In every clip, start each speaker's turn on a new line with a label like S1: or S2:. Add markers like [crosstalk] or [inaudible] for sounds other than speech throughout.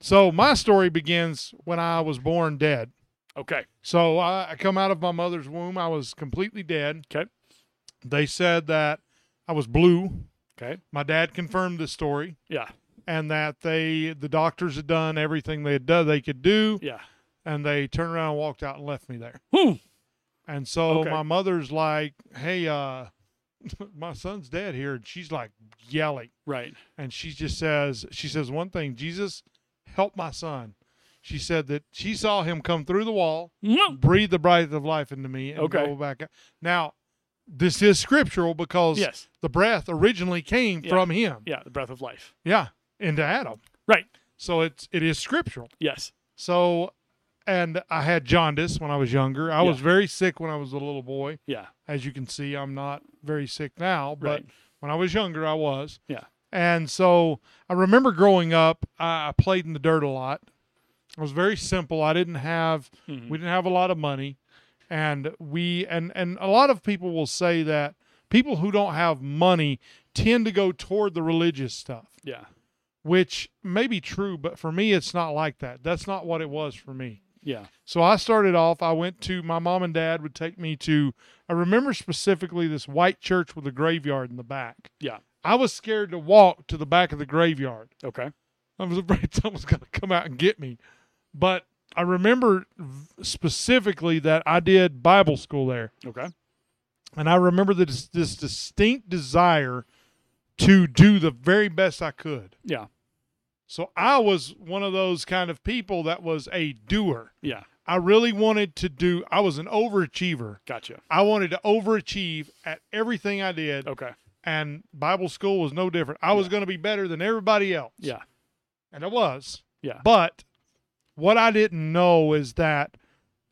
S1: So my story begins when I was born dead.
S2: Okay.
S1: So I, I come out of my mother's womb. I was completely dead.
S2: Okay.
S1: They said that I was blue.
S2: Okay.
S1: My dad confirmed this story
S2: Yeah.
S1: and that they the doctors had done everything they had done they could do
S2: Yeah.
S1: and they turned around and walked out and left me there.
S2: Hmm.
S1: And so
S2: Okay.
S1: my mother's like, "Hey, uh [laughs] my son's dead here." And she's like yelling.
S2: Right.
S1: and she just says she says one thing jesus help my son she said that she saw him come through the wall
S2: No.
S1: breathe the breath of life into me and
S2: Okay.
S1: go back out. now this is scriptural because
S2: Yes.
S1: the breath originally came
S2: Yeah.
S1: from him
S2: Yeah. The breath of life.
S1: yeah into adam
S2: Right.
S1: so it's it is scriptural
S2: Yes.
S1: so and i had jaundice when i was younger i was
S2: Yeah.
S1: very sick when i was a little boy
S2: Yeah.
S1: as you can see, I'm not very sick now, but
S2: Right.
S1: when I was younger, I was.
S2: Yeah.
S1: And so I remember growing up, I, I played in the dirt a lot. I was very simple. I didn't have,
S2: Mhm.
S1: we didn't have a lot of money, and we and and a lot of people will say that people who don't have money tend to go toward the religious stuff,
S2: Yeah.
S1: which may be true, but for me, it's not like that. That's not what it was for me.
S2: Yeah.
S1: So I started off, I went to my mom and dad would take me to I remember specifically this white church with a graveyard in the back.
S2: Yeah.
S1: I was scared to walk to the back of the graveyard.
S2: Okay.
S1: I was afraid [laughs] someone was going to come out and get me. But I remember v- specifically that I did Bible school there.
S2: Okay.
S1: And I remember this, this distinct desire to do the very best I could.
S2: Yeah.
S1: So I was one of those kind of people that was a doer.
S2: Yeah.
S1: I really wanted to do, I was an overachiever.
S2: Gotcha.
S1: I wanted to overachieve at everything I did,
S2: Okay.
S1: and Bible school was no different. I was going to be better than everybody else,
S2: Yeah.
S1: and I was.
S2: Yeah.
S1: But what I didn't know is that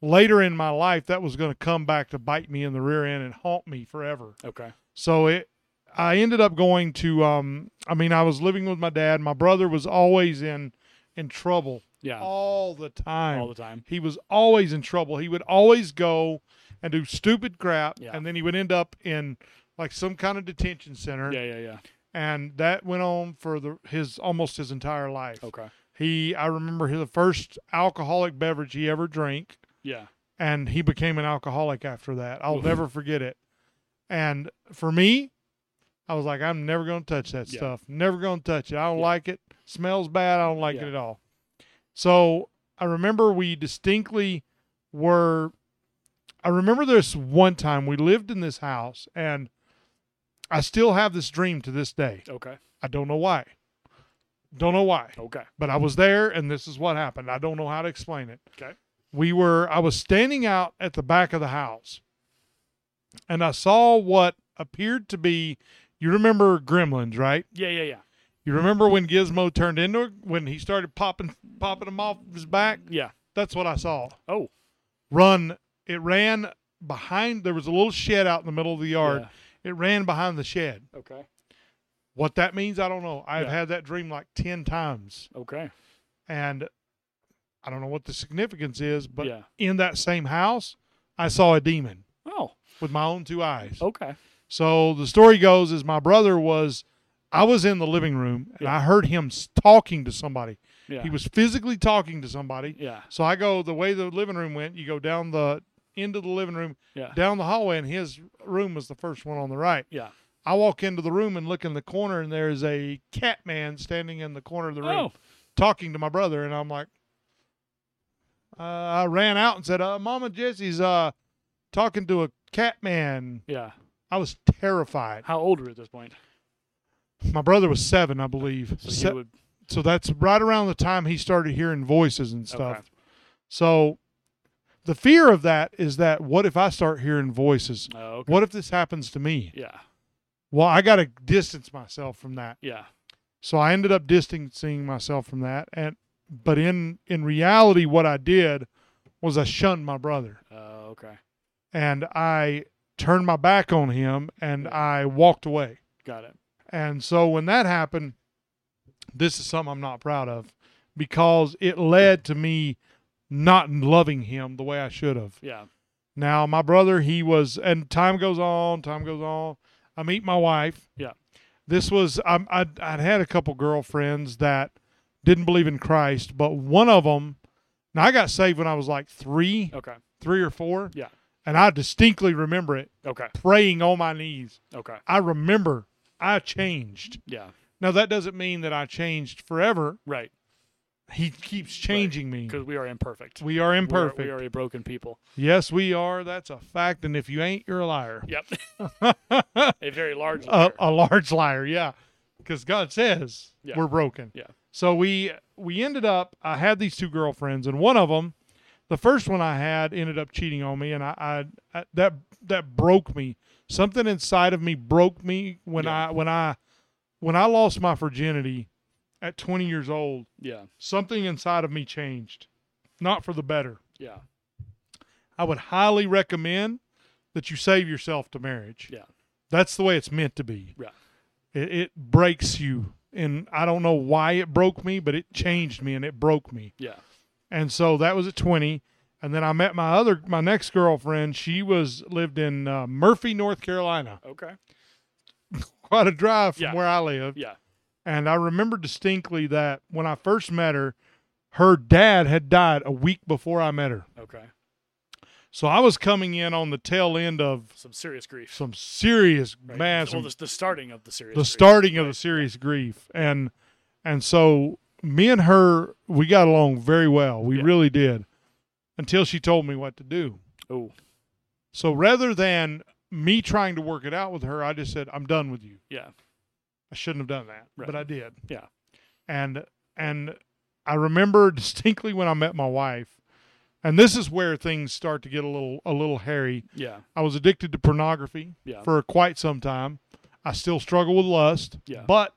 S1: later in my life, that was going to come back to bite me in the rear end and haunt me forever.
S2: Okay.
S1: So it, I ended up going to. Um, I mean, I was living with my dad. My brother was always in in trouble
S2: Yeah. All,
S1: all the time.
S2: the time.
S1: He was always in trouble. He would always go and do stupid crap,
S2: Yeah.
S1: and then he would end up in like some kind of detention center,
S2: Yeah. Yeah. Yeah.
S1: and that went on for the his almost his entire life.
S2: Okay.
S1: He, I remember his, the first alcoholic beverage he ever drank,
S2: Yeah.
S1: and he became an alcoholic after that. I'll
S2: Oof.
S1: never forget it. And for me, I was like, I'm never going to touch that
S2: Yeah.
S1: stuff. Never going to touch it. I don't
S2: Yeah.
S1: like it. Smells bad. I don't like
S2: Yeah.
S1: it at all. So I remember we distinctly were. I remember this one time we lived in this house, and I still have this dream to this day.
S2: Okay.
S1: I don't know why. Don't know why
S2: Okay.
S1: but I was there and this is what happened. I don't know how to explain it.
S2: Okay.
S1: We were I was standing out at the back of the house and I saw what appeared to be you remember Gremlins, right?
S2: Yeah. Yeah. Yeah.
S1: You remember when Gizmo turned into a- when he started popping popping him off his back?
S2: Yeah.
S1: That's what I saw.
S2: Oh.
S1: Run. It ran behind there was a little shed out in the middle of the yard. It ran behind the shed.
S2: Yeah. Okay.
S1: What that means, I don't know. I've
S2: Yeah.
S1: had that dream like 10 times.
S2: Okay.
S1: and I don't know what the significance is, but
S2: Yeah.
S1: in that same house, I saw a demon
S2: Oh.
S1: with my own two eyes.
S2: Okay.
S1: So the story goes is my brother was I was in the living room and
S2: Yeah.
S1: I heard him s- talking to somebody.
S2: Yeah.
S1: He was physically talking to somebody.
S2: Yeah.
S1: So I go the way the living room went, you go down the into the living room,
S2: Yeah.
S1: down the hallway and his room was the first one on the right.
S2: Yeah.
S1: I walk into the room and look in the corner and there's a cat man standing in the corner of the room
S2: Oh.
S1: talking to my brother, and I'm like, uh, I ran out and said, uh, "Mama Jesse's uh, talking to a cat man."
S2: Yeah.
S1: I was terrified.
S2: How old were you at this point?
S1: My brother was seven, I believe.
S2: So
S1: So,
S2: he would.
S1: so that's right around the time he started hearing voices and stuff.
S2: Okay.
S1: So the fear of that is that what if I start hearing voices?
S2: Oh, okay.
S1: What if this happens to me?
S2: Yeah.
S1: Well, I got to distance myself from that.
S2: Yeah.
S1: So I ended up distancing myself from that. And but in in reality, what I did was I shunned my brother
S2: Oh, okay.
S1: and I turned my back on him and
S2: Yeah.
S1: I walked away.
S2: Got it.
S1: And so when that happened, this is something I'm not proud of because it led to me not loving him the way I should have.
S2: Yeah.
S1: Now my brother, he was, and time goes on, time goes on. I meet my wife.
S2: Yeah.
S1: This was I'm, I'd, I'd had a couple girlfriends that didn't believe in Christ, but one of them. Now I got saved when I was like three,
S2: Okay.
S1: three or four.
S2: Oh. Yeah.
S1: and I distinctly remember it
S2: Okay.
S1: praying on my knees.
S2: Okay.
S1: I remember I changed.
S2: Yeah.
S1: Now that doesn't mean that I changed forever.
S2: Right.
S1: He keeps changing me.
S2: Because we are imperfect.
S1: We are
S2: We are-
S1: Mm. imperfect.
S2: We are, a broken people.
S1: Yes, we are. That's a fact. And if you ain't, you're a liar. [laughs]
S2: Yep. a very large.
S1: A,
S2: layer.
S1: a large liar. Yeah, because God says
S2: Yeah.
S1: we're broken.
S2: Yeah.
S1: So we we ended up. I had these two girlfriends, and one of them, the first one I had, ended up cheating on me, and I, I, I that that broke me. Something inside of me broke me when
S2: Yeah.
S1: I when I when I lost my virginity at 20 years old.
S2: yeah.
S1: Something inside of me changed, not for the better.
S2: Yeah.
S1: I would highly recommend that you save yourself to marriage.
S2: Yeah.
S1: That's the way it's meant to be.
S2: Yeah.
S1: It, it breaks you. And I don't know why it broke me, but it changed me and it broke me.
S2: Yeah.
S1: And so that was at 20. And then I met my other, my next girlfriend. She was lived in uh, Murphy, North Carolina, [laughs]
S2: Okay.
S1: quite a drive from
S2: Yeah.
S1: where I live.
S2: Yeah.
S1: And I remember distinctly that when I first met her, her dad had died a week before I met her.
S2: Okay.
S1: So I was coming in on the tail end of
S2: Some serious grief.
S1: some serious
S2: Right.
S1: man, some,
S2: well, the, the starting of the serious.
S1: the
S2: grief.
S1: starting of
S2: Right.
S1: the serious grief, and and so me and her we got along very well. We
S2: Yeah.
S1: really did until she told me what to do.
S2: Oh.
S1: So rather than me trying to work it out with her, I just said I'm done with you.
S2: Yeah.
S1: I shouldn't have done that,
S2: Right.
S1: but I did.
S2: Yeah.
S1: and and I remember [laughs] distinctly when I met my wife, and this is where things start to get a little a little hairy.
S2: Yeah.
S1: I was addicted to pornography
S2: Yeah.
S1: for quite some time. I still struggle with lust,
S2: Yeah.
S1: but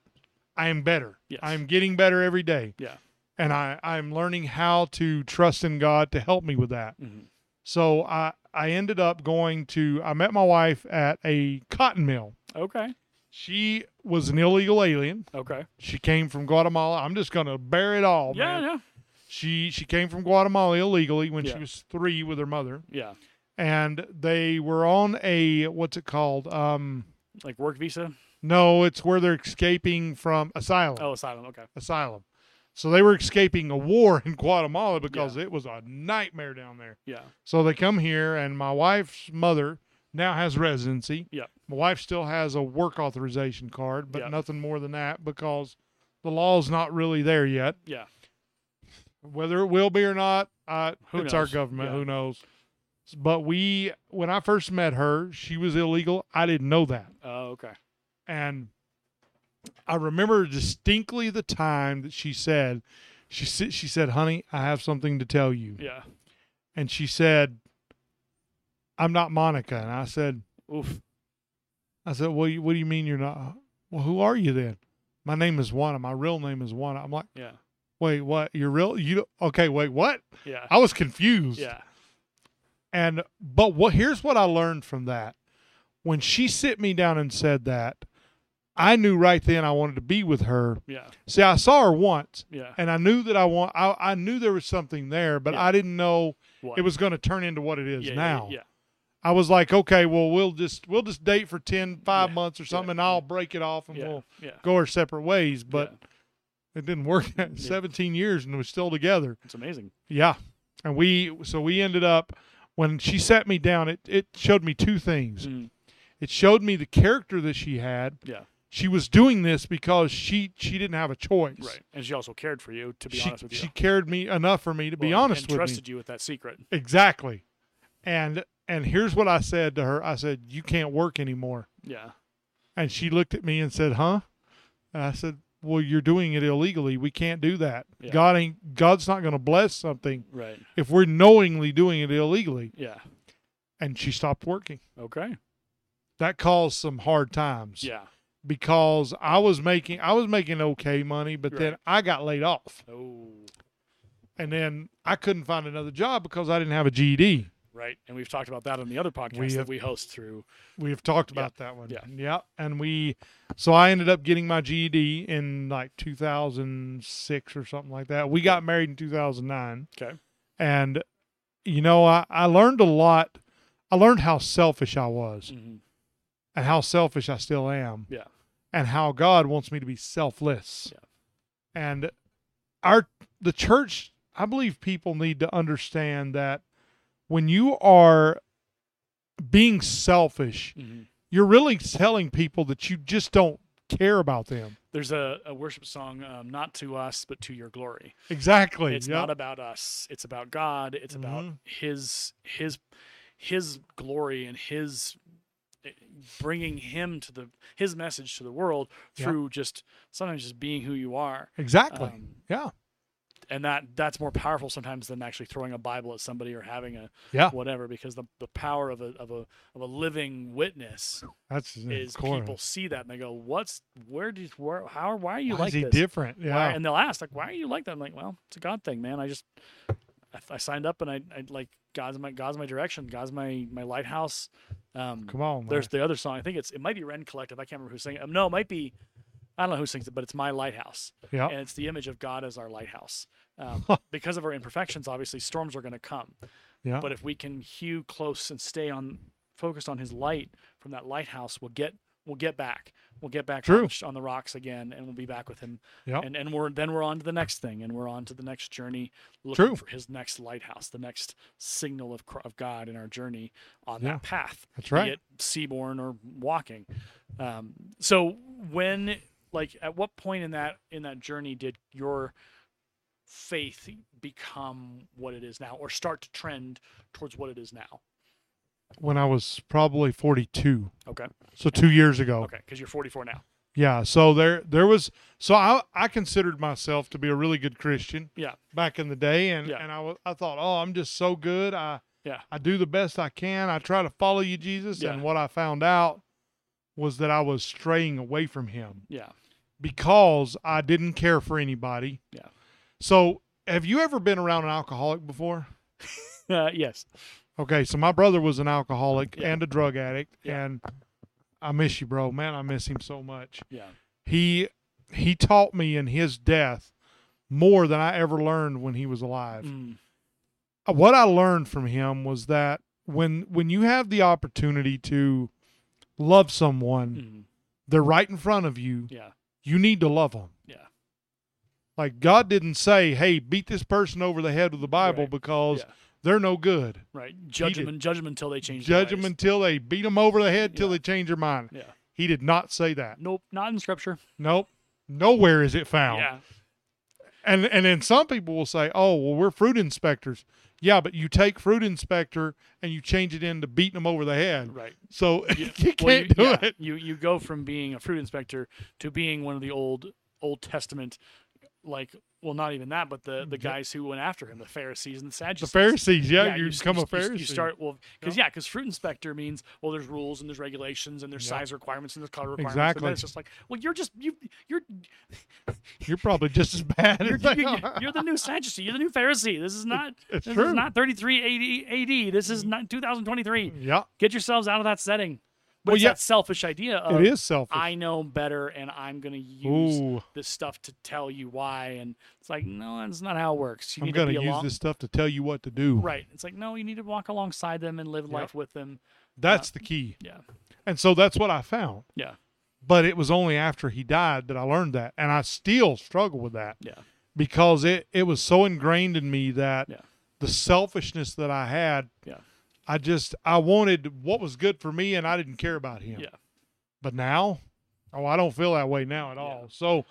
S1: I am better.
S2: Yes.
S1: I'm getting better every day.
S2: Yeah.
S1: And I, I'm learning how to trust in God to help me with that.
S2: Mhm.
S1: So I, I ended up going to, I met my wife at a cotton mill.
S2: Okay.
S1: She was an illegal alien.
S2: Okay.
S1: She came from Guatemala. I'm just going to bear it all,
S2: yeah.
S1: Oh, man. She, she came from Guatemala illegally when
S2: Yeah.
S1: she was three with her mother.
S2: Yeah. Yeah.
S1: And they were on a, what's it called? Um,
S2: Like work visa.
S1: No, it's where they're escaping from asylum.
S2: Oh, asylum. Okay.
S1: Asylum. So they were escaping a war [laughs] in Guatemala because it was a nightmare down there.
S2: Yeah.
S1: So they come here, and my wife's mother now has residency.
S2: Yep.
S1: My wife still has a work authorization card, but
S2: Yep.
S1: nothing more than that because the law's not really there yet.
S2: Yeah.
S1: Whether it will be or not, uh,
S2: Who
S1: it's our
S2: knows?
S1: government.
S2: Yeah.
S1: Who knows? But we, when I first met her, she was illegal. I didn't know that.
S2: Oh, okay.
S1: And I remember distinctly the time that she said, she said, she said, honey, I have something to tell you.
S2: Yeah.
S1: And she said, I'm not Monica. And I said,
S2: Oof.
S1: I said, well, you- what do you mean you're not? Well, who are you then? My name is Juana. My real name is Juana. I'm like,
S2: Yeah.
S1: wait, what? You're real? You don't- okay? Wait, what?
S2: Yeah.
S1: I was confused.
S2: Yeah.
S1: And but what here's what I learned from that. When she sit me down and said that, I knew right then I wanted to be with her.
S2: Yeah.
S1: See, I saw her once,
S2: Yeah.
S1: and I knew that I want. I, I knew there was something there, but
S2: Yeah.
S1: I didn't know
S2: What?
S1: it was going to turn into what it is
S2: yeah, yeah,
S1: now.
S2: Yeah.
S1: I was like, okay, well, we'll just we'll just date for 10, 5
S2: Yeah,
S1: months or something,
S2: yeah,
S1: and I'll break it off and
S2: Yeah.
S1: we'll
S2: yeah.
S1: go our separate ways. But
S2: Yeah.
S1: it didn't work. [laughs] Seventeen years, and we're still together.
S2: it's amazing.
S1: Yeah, and we so we ended up when she sat me down. It it showed me two things.
S2: Mm.
S1: It showed me the character that she had.
S2: Yeah.
S1: She was doing this because she she didn't have a choice.
S2: Right. And she also cared for you, to be
S1: she,
S2: honest with you.
S1: she cared me enough for me to be
S2: Well, and-
S1: honest
S2: and
S1: with me.
S2: trusted you with that secret.
S1: Exactly. And and here's what I said to her. I said, "You can't work anymore."
S2: Yeah.
S1: And she looked at me and said, "Huh?" And I said, "Well, you're doing it illegally. We can't do that.
S2: Yeah.
S1: God ain't God's not going to bless something
S2: Right.
S1: if we're knowingly doing it illegally."
S2: Yeah.
S1: And she stopped working.
S2: Okay.
S1: That caused some hard times
S2: Yeah.
S1: because I was making I was making okay money, but then
S2: Right.
S1: I got laid off.
S2: Oh.
S1: And then I couldn't find another job because I didn't have a E GED.
S2: Right. And we've talked about that on the other podcast
S1: We have-
S2: that we host through.
S1: We have talked
S2: Yeah.
S1: about that one.
S2: Yeah.
S1: And we, so I ended up getting my GED in like 2006 or something like that. We got married in 2009.
S2: Okay.
S1: And, you know, I, I learned a lot. I learned how selfish I was
S2: Mhm.
S1: and how selfish I still am.
S2: Yeah.
S1: And how God wants me to be selfless.
S2: Yeah.
S1: And our the church, I believe people need to understand that when you are being selfish,
S2: Mhm.
S1: you're really telling people that you just don't care about them.
S2: There's a, a worship song, um, not to us, but to your glory.
S1: Exactly.
S2: it's
S1: Yep.
S2: not about us it's about god it's about
S1: Mhm.
S2: his his his glory and his eh, bringing him to the his message to the world
S1: Yeah.
S2: through just sometimes just being who you are
S1: exactly.
S2: Um,
S1: yeah.
S2: and that that's more powerful sometimes than actually throwing a bible at somebody or having a
S1: Yeah.
S2: whatever because the, the power of a of a of a living witness
S1: That's uh, of
S2: is
S1: course.
S2: people see that and they go what's where do you where how why are you
S1: Why is
S2: like
S1: he
S2: this
S1: different? Yeah.
S2: why, and they'll ask like why are you like that i'm like well it's a god thing man i just i, I signed up and i, I like god's my god's my direction god's my my lighthouse um
S1: Come on.
S2: there's the other song i think it's it might be ren collective i can't remember who sang it um, no it might be i don't know who sings it but it's my lighthouse
S1: man. yeah.
S2: and it's the image of god as our lighthouse
S1: [laughs]
S2: um, because of our imperfections obviously storms are going to come
S1: Oh. Yeah.
S2: but if we can hew close and stay on focused on his light from that lighthouse, we'll get we'll get back. We'll get back
S1: True.
S2: on, sh- on the rocks again, and we'll be back with him.
S1: Yep.
S2: And and we're then we're on to the next thing, and we're on to the next journey, looking
S1: True.
S2: for his next lighthouse, the next signal of Cro- of God in our journey on
S1: Yeah.
S2: that path.
S1: That's
S2: Be
S1: right.
S2: it seaborne or walking. Um, so when like at what point in that in that journey did your faith become what it is now or start to trend towards what it is now
S1: When I was probably 42,
S2: okay
S1: so two years ago.
S2: okay because you're 44 now
S1: Yeah. So there, there was. So I, I considered myself to be a really good Christian.
S2: Yeah.
S1: Back in the day, and
S2: Yeah.
S1: and I was, I thought, oh, I'm just so good. I,
S2: Yeah.
S1: I do the best I can. I try to follow you, Jesus.
S2: Yeah.
S1: And what I found out was that I was straying away from Him.
S2: yeah
S1: because I didn't care for anybody.
S2: Yeah.
S1: So, have you ever been around an alcoholic before?
S2: [laughs] uh, yes
S1: Okay, so my brother was an alcoholic
S2: Yeah.
S1: and a drug addict,
S2: Yeah.
S1: and I miss you, bro. Man, I miss him so much.
S2: yeah
S1: He he taught me in his death more than I ever learned when he was alive. Uh,
S2: Mm,
S1: What I learned from him was that when when you have the opportunity to love someone,
S2: mm,
S1: they're right in front of you.
S2: yeah
S1: you need to love them.
S2: Yeah.
S1: Like God didn't say, "Hey, beat this person over the head with the Bible
S2: Right.
S1: because
S2: Yeah.
S1: they're no good."
S2: right judge
S1: did.
S2: them and judge them until they change their
S1: Judge them
S2: ways.
S1: until they beat them over the head till
S2: Yeah.
S1: they change their mind.
S2: yeah
S1: He did not say that.
S2: nope not in scripture
S1: Nope. Nowhere is it found.
S2: yeah
S1: And and then some people will say, "Oh, well, we're fruit inspectors." Yeah, but you take fruit inspector and you change it into beating them over the head.
S2: right
S1: So [laughs]
S2: Yeah.
S1: you can't
S2: Well, you,
S1: do
S2: yeah,
S1: it.
S2: You you go from being a fruit inspector to being one of the old Old Testament, like well, not even that, but the the
S1: Yeah. guys
S2: guys who went after him, the Pharisees and the
S1: The
S2: Sadducees.
S1: Pharisees, yeah, you,
S2: s-
S1: become a
S2: s- you s-
S1: Pharisee.
S2: You start well, because yeah, because fruit inspector means well, there's rules and there's regulations and there's
S1: Yeah.
S2: size requirements and there's color requirements. And
S1: Exactly.
S2: then it's just like, well, you're just you you're
S1: You're probably just as bad
S2: [laughs] you're,
S1: as they [laughs]
S2: you're,
S1: are.
S2: you're the new Sadducee. You're the new Pharisee. This is not
S1: It's
S2: this
S1: true. Mm.
S2: is not 33 AD. AD. This is not 2023.
S1: [laughs] yeah,
S2: Get yourselves out of that setting. But
S1: Mm. Well,
S2: it's
S1: yeah.
S2: that selfish idea of
S1: it is selfish.
S2: I know better and I'm going to use
S1: Ooh.
S2: this stuff to tell you why. And it's like, no, that's not how it works. You
S1: I'm
S2: need to
S1: going
S2: be
S1: to use
S2: along.
S1: this stuff to tell you what to do.
S2: Right. It's like, no, you need to walk alongside them and live
S1: Yep.
S2: life with them.
S1: That's the key.
S2: Yeah.
S1: And so that's what I found.
S2: Yeah.
S1: But it was only after he died that I learned that. And I still struggle with that
S2: Yeah.
S1: because it, it was so ingrained in me that
S2: Yeah.
S1: the selfishness that I had,
S2: Yeah.
S1: I just, I wanted what was good for me and I didn't care about him.
S2: Yeah.
S1: But now, oh, I don't feel that way now at all. So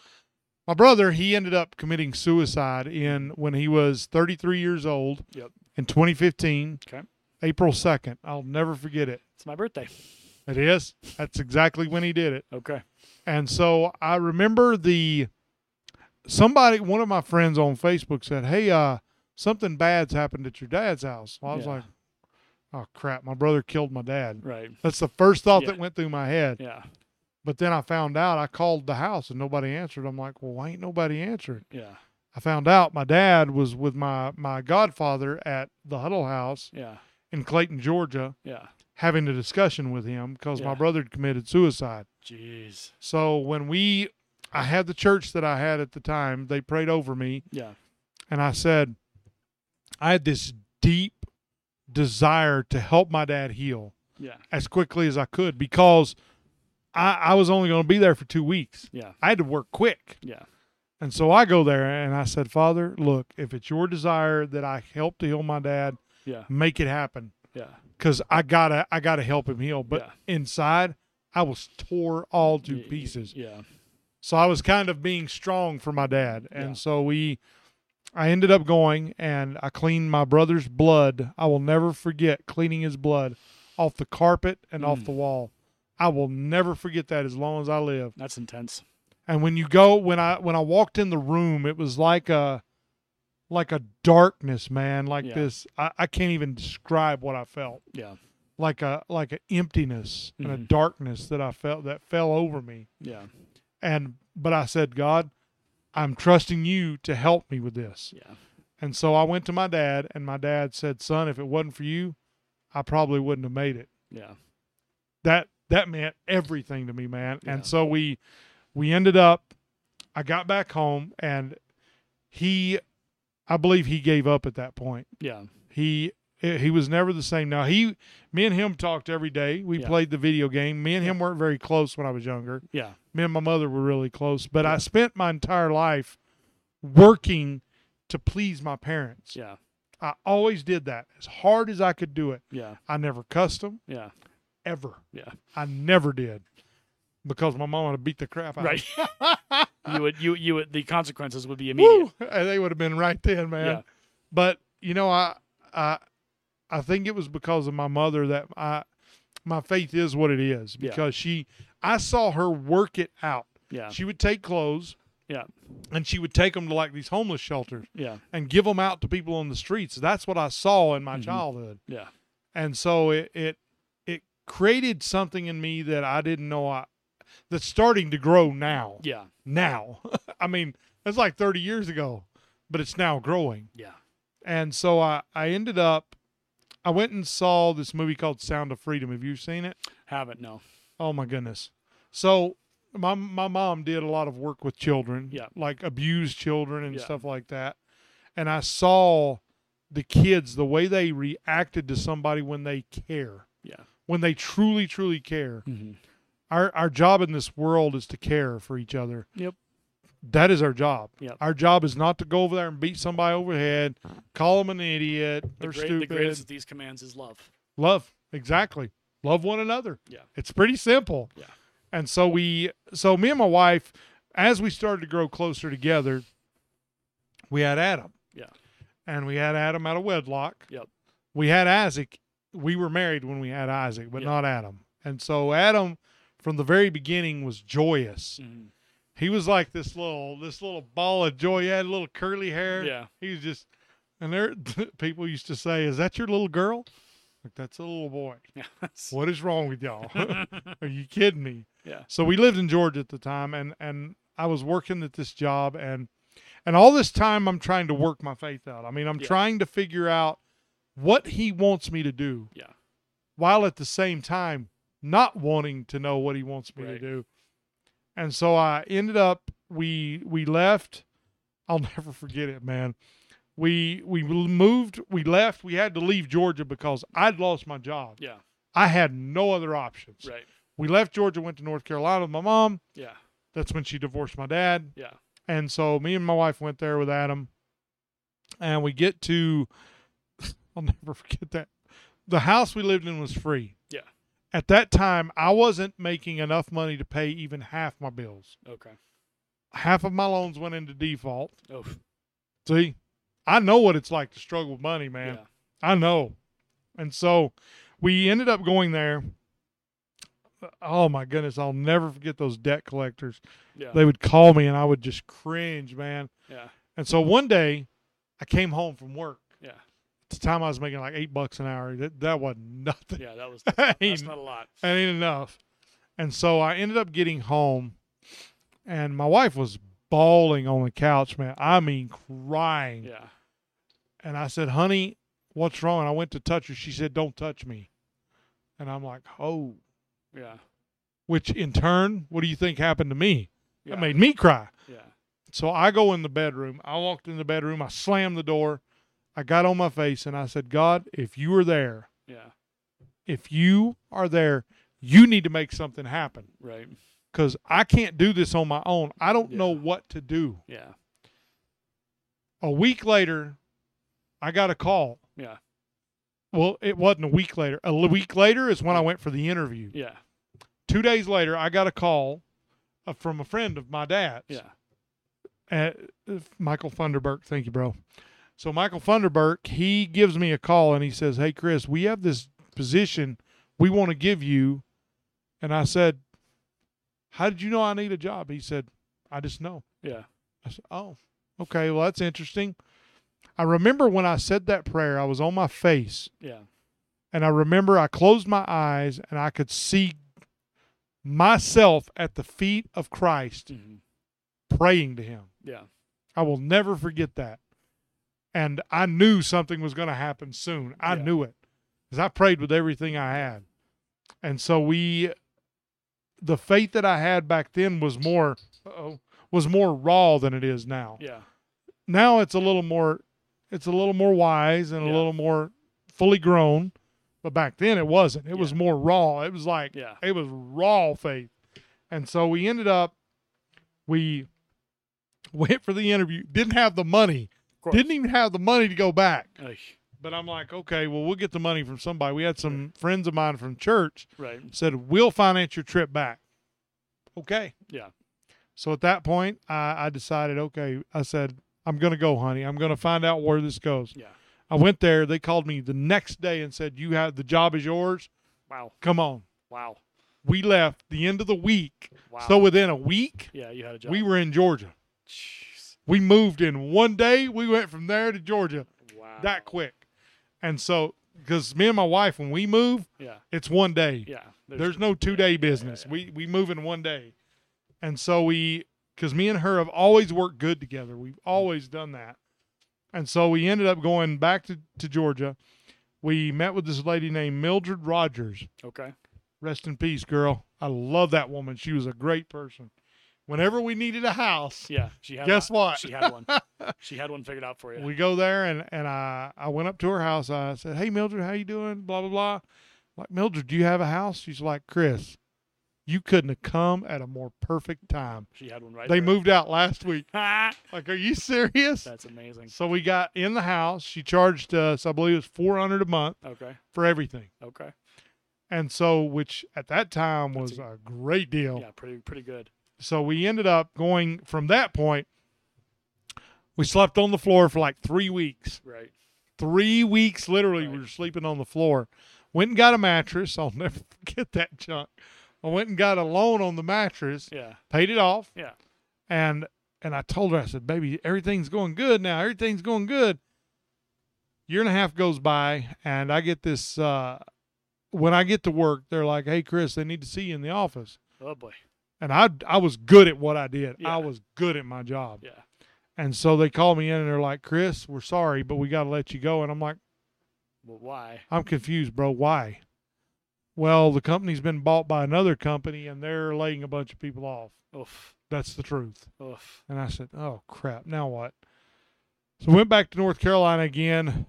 S1: my brother, he ended up committing suicide in when he was 33 years old
S2: Yep.
S1: in 2015,
S2: Okay.
S1: April 2nd. I'll never forget it.
S2: It's my birthday.
S1: It is. That's exactly when he did it.
S2: Okay.
S1: And so I remember the somebody, one of my friends on Facebook said, "Hey, uh, something bad's happened at your dad's house." Well, I was
S2: Yeah.
S1: like, "Oh crap! My brother killed my dad."
S2: Right.
S1: That's the first thought
S2: Yeah.
S1: that went through my head.
S2: Yeah.
S1: But then I found out I called the house and nobody answered. I'm like, "Well, why ain't nobody answered?"
S2: Yeah.
S1: I found out my dad was with my my godfather at the Huddle House
S2: Yeah.
S1: in Clayton, Georgia,
S2: Yeah.
S1: having a discussion with him because my
S2: Yeah.
S1: brother had committed suicide.
S2: Jeez.
S1: So when we, I had the church that I had at the time, they prayed over me,
S2: Yeah.
S1: and I said, I had this deep desire to help my dad heal
S2: Yeah.
S1: as quickly as I could because I, I was only going to be there for two weeks.
S2: Yeah.
S1: I had to work quick.
S2: Yeah.
S1: And so I go there and I said, Father, look, if it's your desire that I help to heal my dad,
S2: Yeah.
S1: make it happen.
S2: Yeah.
S1: Cause I gotta I gotta help him heal. But
S2: Yeah.
S1: inside I was tore all to
S2: Y- y-
S1: pieces.
S2: Yeah.
S1: So I was kind of being strong for my dad. And
S2: Yeah.
S1: so we I ended up going and I cleaned my brother's blood. I will never forget cleaning his blood off the carpet and off
S2: Mm.
S1: the wall. I will never forget that as long as I live.
S2: That's intense.
S1: And when you go when I when I walked in the room, it was like a like a darkness, man. Like
S2: Yeah.
S1: this I, I can't even describe what I felt.
S2: Yeah.
S1: Like a like an emptiness and a
S2: Mhm.
S1: darkness that I felt that fell over me.
S2: Yeah.
S1: And but I said, God, I'm trusting you to help me with this.
S2: Yeah.
S1: And so I went to my dad and my dad said, Son, if it wasn't for you, I probably wouldn't have made it.
S2: Yeah.
S1: that that meant everything to me, man.
S2: Yeah.
S1: And so we we ended up I got back home and he I believe he gave up at that point.
S2: Yeah.
S1: He he was never the same. Now he me and him talked every day. We
S2: Yeah.
S1: played the video game. Me and him weren't very close when I was younger.
S2: Yeah.
S1: Me and my mother were really close, but I spent my entire life working to please my parents.
S2: Yeah.
S1: I always did that as hard as I could do it.
S2: Yeah.
S1: I never cussed them
S2: Yeah.
S1: ever.
S2: Yeah.
S1: I never did because my mom would have beat the crap out
S2: Right. [laughs]
S1: of
S2: you would you you would the consequences would
S1: [laughs]
S2: be
S1: me.
S2: immediate.
S1: Woo! And [laughs] they would have been right then, man.
S2: Yeah.
S1: But you know, I, I, I think it was because of my mother that I, my faith is what it is
S2: Yeah.
S1: because she, I saw her work it out.
S2: Yeah.
S1: She would take clothes.
S2: Yeah.
S1: And she would take them to like these homeless shelters
S2: Yeah.
S1: and give them out to people on the streets. That's what I saw in my
S2: Mhm.
S1: childhood.
S2: Yeah.
S1: and so it it it created something in me that I didn't know I that's starting to grow now.
S2: Yeah.
S1: Now, [laughs] I mean, that's like 30 years ago, but it's now growing.
S2: Yeah.
S1: And so I I ended up I went and saw this movie called Sound of Freedom. Have you seen it?
S2: Haven't no.
S1: Oh my goodness. So my my mom did a lot of work with children,
S2: Yeah.
S1: like abused children and
S2: Yeah.
S1: stuff like that. And I saw the kids the way they reacted to somebody when they care
S2: Yeah.
S1: when they truly, truly care.
S2: Mm-hmm.
S1: Our our job in this world is to care for each other.
S2: Yep.
S1: That is our job.
S2: Yep.
S1: Our job is not to go over there and beat somebody over the head, call them an idiot
S2: The,
S1: or
S2: great, the
S1: stupid.
S2: greatest of these commands is love.
S1: Love. Exactly. Love one another.
S2: Yeah.
S1: It's pretty simple.
S2: Yeah.
S1: And so we so me and my wife, as we started to grow closer together, we had Adam.
S2: Yeah.
S1: And we had Adam out of wedlock.
S2: Yep.
S1: We had Isaac. We were married when we had Isaac, but
S2: Yep.
S1: not Adam. And so Adam from the very beginning was joyous.
S2: Mhm.
S1: He was like this little this little ball of joy. He had little curly hair.
S2: Yeah.
S1: He was just and there [laughs] people used to say, Is that your little girl? Like that's a little boy.
S2: [laughs] Yeah.
S1: What is wrong with y'all? [laughs] Are you kidding me?
S2: Yeah.
S1: So we lived in Georgia at the time, and and I was working at this job, and and all this time I'm trying to work my faith out. I mean, I'm
S2: Yeah.
S1: trying to figure out what He wants me to do,
S2: Yeah.
S1: while at the same time not wanting to know what He wants me to
S2: Right.
S1: do. And so I ended up we we left. I'll [laughs] never forget it, man. We we moved, we left, we had to leave Georgia because I'd lost my job.
S2: Yeah.
S1: I had no other options.
S2: Right.
S1: We left Georgia, went to North Carolina with my mom.
S2: Yeah.
S1: That's when she divorced my dad.
S2: Yeah.
S1: And so me and my wife went there with Adam. And we get to, [laughs] I'll never forget that. The house we lived in was free.
S2: Yeah.
S1: At that time, I wasn't making enough money to pay even half my bills.
S2: Okay.
S1: Half of my loans went into default.
S2: Oh.
S1: See, I know what it's like to struggle with money, man.
S2: Yeah.
S1: I know. And so we ended up going there. Oh my goodness, I'll never forget those debt collectors.
S2: Yeah.
S1: They would call me and I would just cringe, man.
S2: yeah.
S1: And so one day I came home from work. [laughs]
S2: Yeah.
S1: At the time I was making like eight bucks an hour. That that wasn't [laughs] nothing.
S2: Yeah. That was
S1: That
S2: that's
S1: ain't,
S2: not
S1: [laughs]
S2: a lot.
S1: that ain't enough. And so I ended up getting home and my wife was bawling on the couch, man. I mean crying.
S2: Yeah.
S1: And I said, honey, what's wrong? And I went to touch her. She said, don't touch me. And I'm like, oh,
S2: Yeah.
S1: which in turn, what do you think happened to me?
S2: Yeah.
S1: That made me cry.
S2: yeah.
S1: So I go in the bedroom. I walked in the bedroom. I slammed the door. I got on my face and I said, God, if you are there,
S2: Yeah.
S1: if you are there, you need to make something happen.
S2: Right.
S1: because I can't do this on my own. I don't know
S2: Yeah.
S1: what to do.
S2: Yeah.
S1: A week later, I got a call.
S2: Yeah.
S1: Well, it wasn't a week later. A l- week later is when I went for the interview.
S2: Yeah.
S1: Two days later, I got a call uh, from a friend of my dad's.
S2: Yeah.
S1: uh, Michael Funderburk. Thank you, bro. So Michael Funderburk, he gives me a call and he says, "Hey Chris, we have this position we want to give you." And I said, "How did you know I need a job?" He said, "I just know."
S2: Yeah.
S1: I said, "Oh, okay. Well, that's interesting." I remember when I said that prayer, I was on my face,
S2: Yeah.
S1: and I remember I closed my eyes and I could see myself at the feet of Christ
S2: mhm,
S1: praying to him.
S2: Yeah.
S1: I will never forget that. And I knew something was going to happen soon. I
S2: Yeah.
S1: knew it because I prayed with everything I had. And so we, the faith that I had back then was more, oh, was more raw than it is now.
S2: Yeah.
S1: Now it's a little more, it's a little more wise and a
S2: Yeah.
S1: little more fully grown. But back then it wasn't. It was
S2: Yeah.
S1: more raw. It was like,
S2: Yeah.
S1: it was raw faith. And so we ended up, we [laughs] went for the interview, didn't have the money,
S2: Of course.
S1: didn't even have the money to go back.
S2: Ugh,
S1: But I'm like, okay, well, we'll get the money from somebody. We had some friends of mine from church
S2: Right.
S1: said, we'll finance your trip back. Okay.
S2: Yeah.
S1: So at that point, I, I decided, okay, I said, I'm going to go, honey. I'm going to find out where this goes.
S2: Yeah.
S1: I went there. They called me the next day and said, you have the job is yours.
S2: Wow.
S1: Come on.
S2: Wow.
S1: We left the end of the week.
S2: Wow.
S1: So within a week,
S2: yeah, you had a job.
S1: we were in Georgia.
S2: Jeez.
S1: We moved in one day. We went from there to Georgia
S2: Wow.
S1: that quick. And so, because me and my wife, when we move,
S2: Yeah.
S1: it's one day.
S2: Yeah.
S1: There's no two day business.
S2: yeah.
S1: We we move in one day, and so we, because me and her have always worked good together. We've
S2: Mm-hmm.
S1: always done that, and so we ended up going back to to Georgia. We met with this lady named Mildred Rogers.
S2: Okay.
S1: Rest in peace, girl. I love that woman. She was a great person. Whenever we needed a house,
S2: Yeah. She had.
S1: Guess
S2: one-
S1: what?
S2: She
S1: [laughs]
S2: had one. she had one figured out for you.
S1: we go there and and I I went up to her house. I said, "Hey Mildred, how you doing?" Blah blah blah. Like Mildred, do you have a house? She's like, "Chris, you couldn't have come at a more perfect time."
S2: she had one right.
S1: They
S2: there.
S1: moved out last week.
S2: [laughs] Ah,
S1: Like, are you serious?
S2: That's amazing.
S1: So we got in the house. She charged us, I believe, it was four hundred a month
S2: Okay.
S1: for everything,
S2: Okay.
S1: and so which at that time
S2: That's
S1: was
S2: a-
S1: a great deal.
S2: Yeah. Pretty. Pretty good.
S1: So we ended up going from that point. We slept on the floor for like three weeks.
S2: Right.
S1: three weeks literally we
S2: Right.
S1: were sleeping on the floor went and got a mattress [laughs] i'll never forget that junk i went and got a loan on the mattress
S2: Yeah.
S1: paid it off
S2: Yeah.
S1: and and i told her i said baby everything's going good now everything's going good year and a half goes by and i get this uh when i get to work they're like hey chris they need to see you in the office
S2: Oh boy.
S1: and i i was good at what i did
S2: Yeah.
S1: i was good at my job
S2: Yeah.
S1: and so they called me in and they're like chris we're sorry but we got to let you go and i'm like
S2: Well, why?
S1: I'm confused, bro. Why? Well, the company's been bought by another company and they're laying a bunch of people off.
S2: Oof.
S1: That's the truth.
S2: Oof.
S1: And I said, Oh crap, now what? So went back to North Carolina again.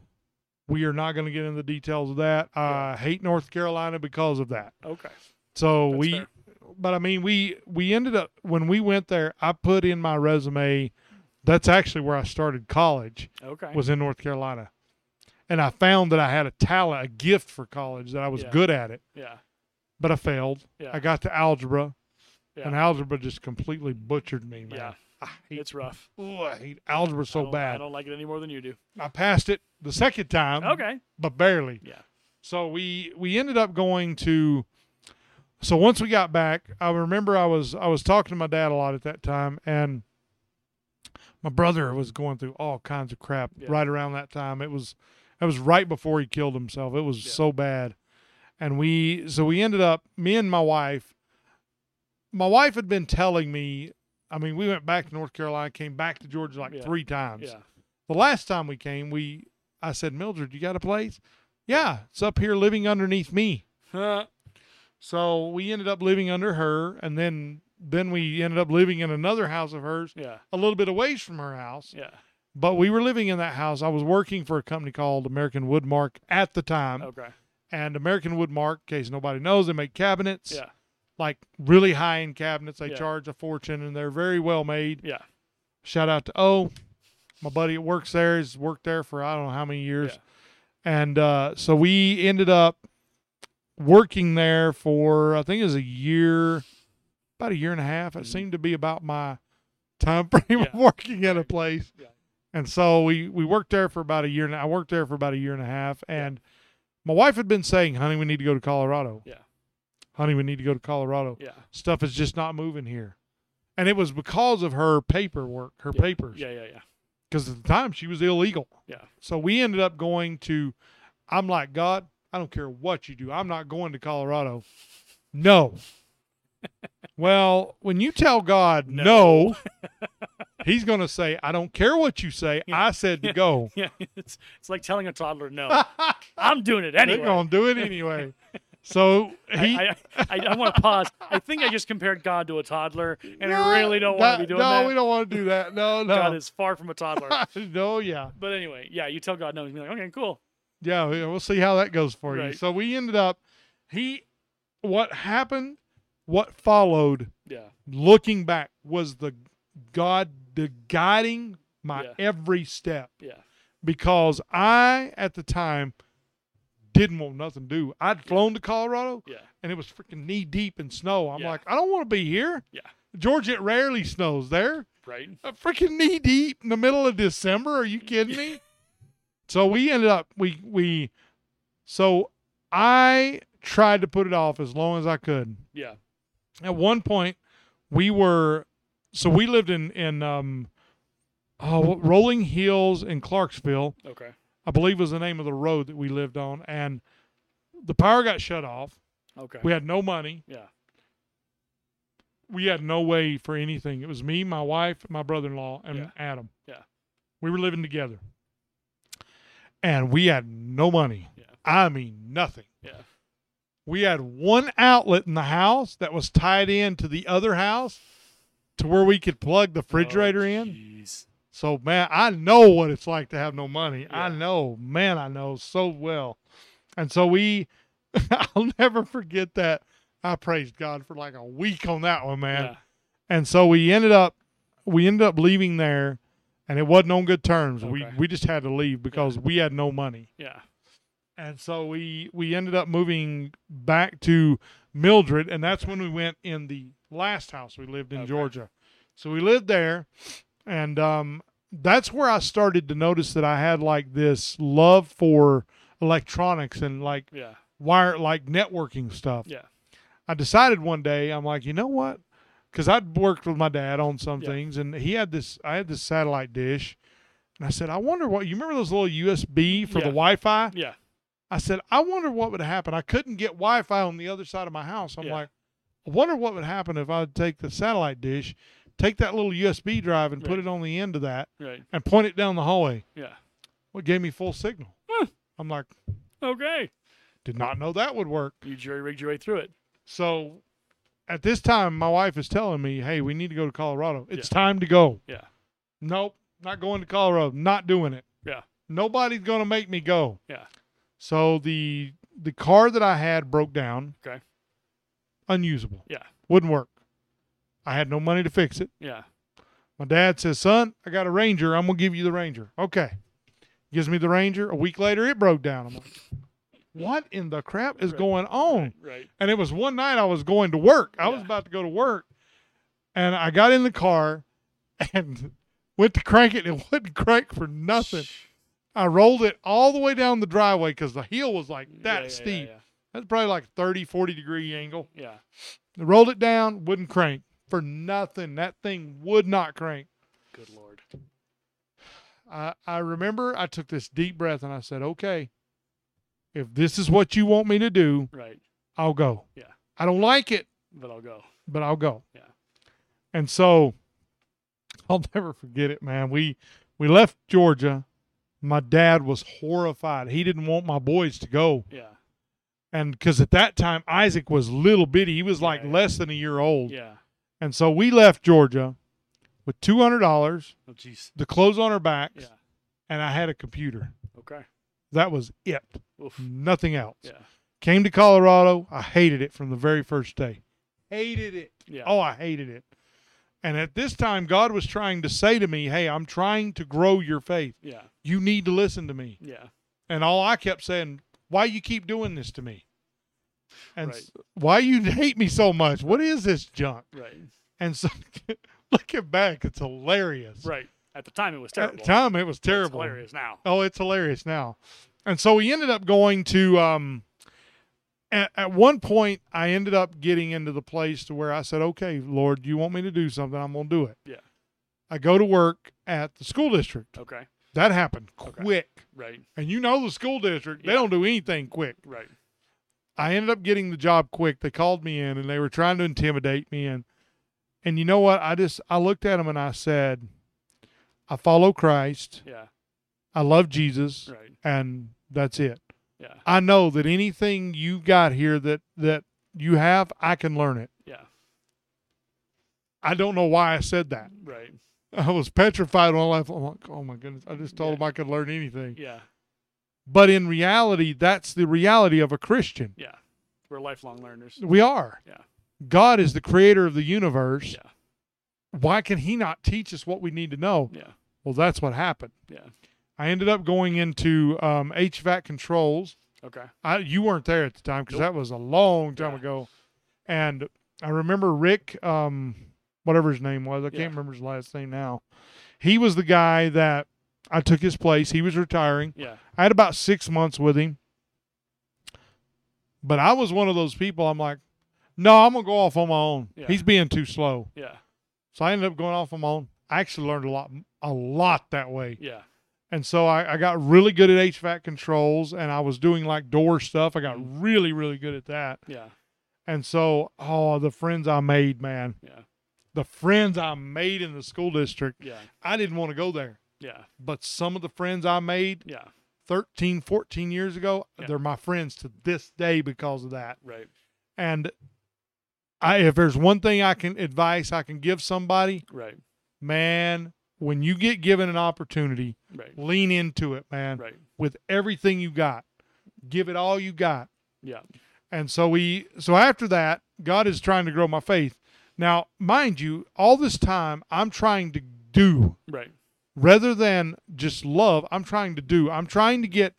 S1: We are not going to get into the details of that. I hate North Carolina because of that.
S2: Okay.
S1: So
S2: That's
S1: we
S2: fair.
S1: but I mean we we ended up when we went there, I put in my resume that's actually where I started college
S2: Okay.
S1: was in North Carolina. And I found that I had a talent, a gift for college, that I was
S2: Yeah.
S1: good at it,
S2: yeah.
S1: but I failed.
S2: Yeah.
S1: I got to algebra,
S2: Yeah.
S1: and algebra just completely butchered me, man.
S2: Yeah.
S1: I hate,
S2: It's rough.
S1: ooh, I hate algebra
S2: I
S1: so
S2: don't- I
S1: bad.
S2: don't like it any more than you do.
S1: I, passed it the second time,
S2: Okay.
S1: but barely.
S2: Yeah.
S1: So we we ended up going to. So once we got back, I remember I was I was talking to my dad a lot at that time, and my brother was going through all kinds of crap
S2: Yeah.
S1: right around that time. It was it was right before he killed himself. It was
S2: Yeah.
S1: so bad, and we so we ended up me and my wife. My wife had been telling me. I mean, we went back to North Carolina, came back to Georgia like
S2: Yeah.
S1: three times.
S2: Yeah.
S1: The last time we came, we I said, Mildred, you got a place? Yeah, it's up here living underneath me.
S2: Huh.
S1: So we ended up living under her, and then then we ended up living in another house of hers,
S2: [laughs] yeah.
S1: a little bit away from her house.
S2: Yeah.
S1: But we were living in that house. I was working for a company called American Woodmark at the time,
S2: Okay.
S1: and American Woodmark, in case nobody knows, they make cabinets.
S2: Yeah.
S1: like really high end cabinets. They
S2: Yeah.
S1: charge a fortune and they're very well made.
S2: Yeah.
S1: Shout out to O, my buddy that works there. He's worked there for I don't know how many years,
S2: Yeah.
S1: and uh, so we ended up working there for I think it was a year, about a year and a half. It
S2: Mhm.
S1: seemed to be about my time [laughs] frame of
S2: Yeah.
S1: working at a place.
S2: Yeah.
S1: And so we we worked there for about a year, and I worked there for about a year and a half. And my wife had been saying, "Honey, we need to go to Colorado.
S2: Yeah.
S1: honey, we need to go to Colorado.
S2: Yeah.
S1: Stuff is just not moving here." And it was because of her paperwork, her papers
S2: Yeah. Yeah. [laughs] Yeah.
S1: because at the time she was illegal.
S2: Yeah.
S1: So we ended up going to. I'm like God. I don't care what you do. I'm not going to Colorado.
S2: [laughs]
S1: No. well, when you tell God no,
S2: No. [laughs]
S1: he's going to say, "I don't care what you say. I said to go."
S2: Yeah, it's it's like telling a
S1: [laughs]
S2: toddler no. I'm doing it [laughs] anyway.
S1: They're going to do it anyway. so
S2: I,
S1: he.
S2: I, I, I want to pause. I think I just compared God to a toddler, and
S1: No,
S2: I really don't want to be doing
S1: no,
S2: that.
S1: we don't want to do that. No,
S2: [laughs] God
S1: no.
S2: is far from a toddler.
S1: [laughs]
S2: [laughs]
S1: no, yeah.
S2: but anyway, yeah, you tell God no, he's gonna be like, okay, cool.
S1: yeah, we- we'll see how that goes for you.
S2: Right.
S1: So we ended up he what happened, what followed,
S2: Yeah,
S1: looking back was the God the guiding my
S2: Yeah.
S1: every step
S2: yeah,
S1: because I at the time didn't want nothing to do. I'd flown to Colorado
S2: yeah,
S1: and it was freaking knee deep in snow. I'm
S2: Yeah.
S1: like, I don't want to be here.
S2: Yeah.
S1: Georgia, it rarely snows there
S2: right.
S1: a freaking knee deep in the middle of December. Are you kidding me? so we ended up we we so I tried to put it off as long as I could.
S2: Yeah,
S1: At one point, we were so we lived in in um oh Rolling Hills in Clarksville,
S2: okay.
S1: I believe was the name of the road that we lived on, and the power got shut off.
S2: Okay.
S1: We had no money.
S2: Yeah.
S1: We had no way for anything. It was me, my wife, my brother in law, and
S2: Yeah.
S1: Adam.
S2: Yeah.
S1: We were living together. And we had no money.
S2: Yeah.
S1: I mean, nothing.
S2: Yeah.
S1: We had one outlet in the house that was tied in to the other house to where we could plug the refrigerator in.
S2: Oh, Jeez.
S1: So, man, I know what it's like to have no money. I
S2: Yeah.
S1: know, man, I know so well. And so we, [laughs] I'll never forget that. I praised God for like a week on that one, man.
S2: Yeah.
S1: And so we ended up, we ended up leaving there, and it wasn't on good terms. We
S2: Okay.
S1: we just had to leave because we had no money.
S2: Yeah.
S1: And so we we ended up moving back to Mildred, and that's when we went in the last house we lived in
S2: Okay.
S1: Georgia. So we lived there, and um, that's where I started to notice that I had like this love for electronics and like
S2: Yeah.
S1: wire, like networking stuff.
S2: Yeah.
S1: I decided one day I'm like, you know what? Because I'd worked with my dad on some
S2: Yeah.
S1: things, and he had this. I had this satellite dish, and I said, I wonder what you remember those little USB for the
S2: Yeah.
S1: Wi-Fi.
S2: Yeah.
S1: I said, I wonder what would happen. I couldn't get Wi Fi on the other side of my house. I'm
S2: Yeah.
S1: like, I wonder what would happen if I would take the satellite dish, take that little USB drive and put
S2: Right.
S1: it on the end of that
S2: Right.
S1: and point it down the hallway.
S2: Yeah.
S1: Well, it gave me full signal.
S2: Huh.
S1: I'm like,
S2: Okay.
S1: did not know that would work.
S2: You jury rigged your way through it.
S1: So at this time, my wife is telling me, hey, we need to go to Colorado. It's time to go.
S2: Yeah.
S1: Nope, not going to Colorado. Not doing it.
S2: Yeah.
S1: Nobody's going to make me go.
S2: Yeah.
S1: So the the car that I had broke down.
S2: Okay.
S1: Unusable.
S2: Yeah.
S1: Wouldn't work. I had no money to fix it.
S2: Yeah.
S1: My dad says, "Son, I got a Ranger. I'm gonna give you the Ranger." Okay. Gives me the Ranger. A week later, it broke down. I'm like, "What in the crap is
S2: Right.
S1: going on?"
S2: Right.
S1: And it was one night I was going to work. I was
S2: Yeah.
S1: about to go to work, and I got in the car [laughs] and went to crank it. and It wouldn't crank for nothing. I rolled it all the way down the driveway because the hill was like that steep.
S2: Yeah.
S1: That's probably like 30, 40 degree angle.
S2: Yeah.
S1: I
S2: yeah.
S1: rolled it down, wouldn't crank for nothing. That thing would not crank.
S2: Good lord.
S1: I, I remember I took this deep breath and I said, okay, if this is what you want me to do,
S2: Right.
S1: I'll go.
S2: Yeah.
S1: I don't like it,
S2: But I'll go.
S1: but I'll go.
S2: Yeah.
S1: And so I'll [laughs] never forget it, man. We we left Georgia. My dad was horrified. He didn't want my boys to go.
S2: Yeah.
S1: and because at that time Isaac was little bitty, he was like
S2: Yeah, yeah.
S1: less than a year old,
S2: Yeah.
S1: and so we left Georgia with two hundred dollars,
S2: Oh jeez.
S1: the clothes on our backs,
S2: Yeah.
S1: and I had a computer.
S2: Okay.
S1: That was it,
S2: Oof.
S1: Mm. nothing else.
S2: Yeah.
S1: Came to Colorado, I hated it from the very first day. hated it.
S2: Yeah.
S1: Oh, I hated it. And at this time, God was trying to say to me, Hey, I'm trying to grow your faith.
S2: Yeah.
S1: You need to listen to me.
S2: Yeah.
S1: And all I kept saying, Why you keep doing this to me? And
S2: Right.
S1: s- why you [laughs] hate me so much? What is this junk?
S2: Right.
S1: And so [laughs] looking back, it's hilarious.
S2: Right. At the time, it was
S1: At
S2: terrible.
S1: the time, it was
S2: It's
S1: Uh, terrible.
S2: hilarious now.
S1: Oh, it's hilarious now. And so he ended up going to. Um, at, at one point, I ended up getting into the place to where I said, "Okay, Lord, you want me to do something? I'm gonna do it."
S2: Yeah.
S1: I go to work at the school district.
S2: Okay.
S1: That happened
S2: Okay.
S1: quick,
S2: Right.
S1: and you know the school district. They
S2: Yeah.
S1: don't do anything quick.
S2: Right.
S1: I ended up getting the job quick. They called me in, and they were trying to intimidate me. And and you know what? I just I looked at them and I said, "I follow Christ.
S2: Yeah.
S1: I love Jesus."
S2: Right.
S1: and that's it.
S2: Yeah.
S1: I know that anything you got here that that you have, I can learn it.
S2: Yeah.
S1: I don't know why I said that. [laughs]
S2: Right.
S1: I was petrified when I left. I'm like, oh my goodness, I just told
S2: Yeah.
S1: him I could learn anything.
S2: Yeah.
S1: But in reality, that's the reality of a Christian.
S2: Yeah. We're lifelong learners.
S1: We are.
S2: Yeah.
S1: God is the creator of the universe.
S2: Yeah.
S1: Why can he not teach us what we need to know?
S2: Yeah.
S1: Well, that's what happened.
S2: Yeah.
S1: I ended up going into um, HVAC controls.
S2: Okay.
S1: I you weren't there at the time because
S2: Nope.
S1: that was a long time
S2: Yeah.
S1: ago, and I remember Rick, um, whatever his name was, I
S2: Yeah.
S1: can't remember his last name now. He was the guy that I took his place. He was retiring.
S2: Yeah.
S1: I had about six months with him, but I was one of those people. I'm like, no, I'm gonna go off on my own.
S2: Yeah.
S1: He's being too slow,
S2: Yeah.
S1: so I ended up going off on my own. I actually learned a lot, a lot that way.
S2: Yeah.
S1: And so I, I got really good at HVAC controls and I was doing like door stuff. I got
S2: Mhm.
S1: really, really good at that.
S2: Yeah.
S1: And so, oh, the friends I made, man.
S2: Yeah.
S1: The friends I made in the school district,
S2: Yeah.
S1: I didn't want to go there.
S2: Yeah.
S1: But some of the friends I made
S2: Yeah.
S1: 13, 14 years ago,
S2: Yeah.
S1: they're my friends to this day because of that.
S2: Right.
S1: And I, if there's one thing I can advice I can give somebody,
S2: Right.
S1: man, when you get given an opportunity,
S2: Right.
S1: lean into it, man.
S2: Right.
S1: with everything you got. Give it all you got.
S2: Yeah.
S1: And so we so after that, God is trying to grow my faith. Now, mind you, all this time I'm trying to do
S2: Right.
S1: rather than just love, I'm trying to do. I'm trying to get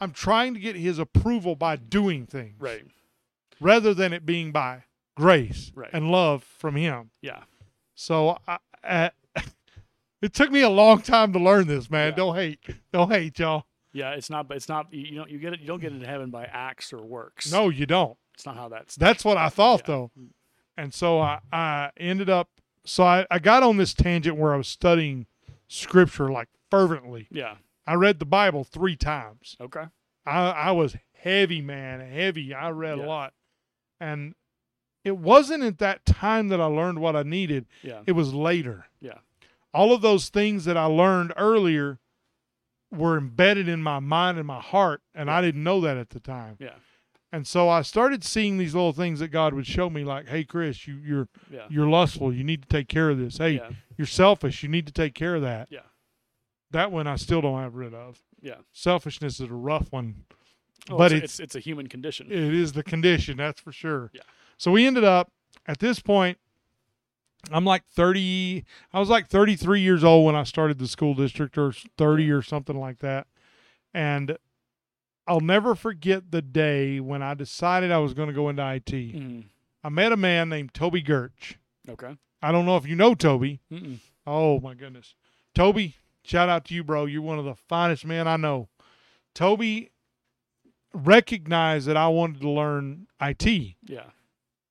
S1: I'm trying to get his approval by doing things
S2: Right.
S1: rather than it being by grace
S2: Right.
S1: and love from him.
S2: Yeah.
S1: So I, I [laughs] it took me a long time to learn this, man.
S2: Yeah.
S1: Don't hate. Don't hate y'all.
S2: Yeah. It's not. It's not. You you don't. You get it. You don't get into heaven by acts or works.
S1: No, you don't.
S2: It's not how that's.
S1: That's what I thought
S2: Yeah.
S1: though. And so I, I ended up so I, I got on this tangent where I was studying scripture like fervently.
S2: Yeah.
S1: I read the Bible three times.
S2: Okay.
S1: I, I was heavy, man, heavy. I read
S2: Yeah.
S1: a lot. And it wasn't at that time that I learned what I needed.
S2: Yeah.
S1: It was later.
S2: Yeah.
S1: All of those things that I learned earlier were embedded in my mind and my heart, and I didn't know that at the time.
S2: Yeah.
S1: And so I started seeing these little things that God would show me, like, "Hey, Chris, you, you're
S2: Yeah.
S1: you're lustful. You need to take care of this. Hey,
S2: Yeah.
S1: you're selfish. You need to take care of that."
S2: Yeah.
S1: That one I still don't have rid of.
S2: Yeah.
S1: Selfishness is a rough one.
S2: Oh,
S1: but
S2: it's,
S1: it's-
S2: it's it's a human condition.
S1: It is the condition, that's for sure.
S2: Mm-hmm. Yeah.
S1: So we ended up at this point. I'm like 30. I was like 33 years old when I started the school district, or 30 or something like that. And I'll never forget the day when I decided I was going to go into IT.
S2: Mm.
S1: I met a man named Toby Gurch.
S2: Okay.
S1: I don't know if you know Toby.
S2: Mm-mm.
S1: Oh my goodness. Toby, shout out to you, bro. You're one of the finest men I know. Toby recognized that I wanted to learn IT
S2: Yeah.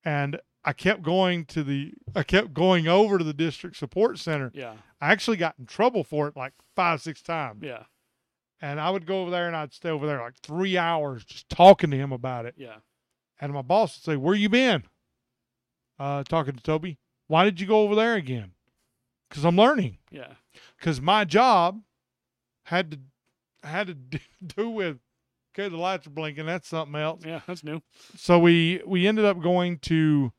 S1: and I kept going to the I kept going over to the district support center.
S2: Yeah.
S1: I actually got in trouble for it like five, six times.
S2: Yeah.
S1: And I would go over there and I'd stay over there like three hours just talking to him about it.
S2: Yeah.
S1: And my boss would say, Where you been? Uh, talking to Toby. Why did you go over there again? Because I'm learning.
S2: Yeah.
S1: because my job had to had to [laughs] d- do with okay the lights are blinking that's something else
S2: Yeah. That's new.
S1: so we we ended up going to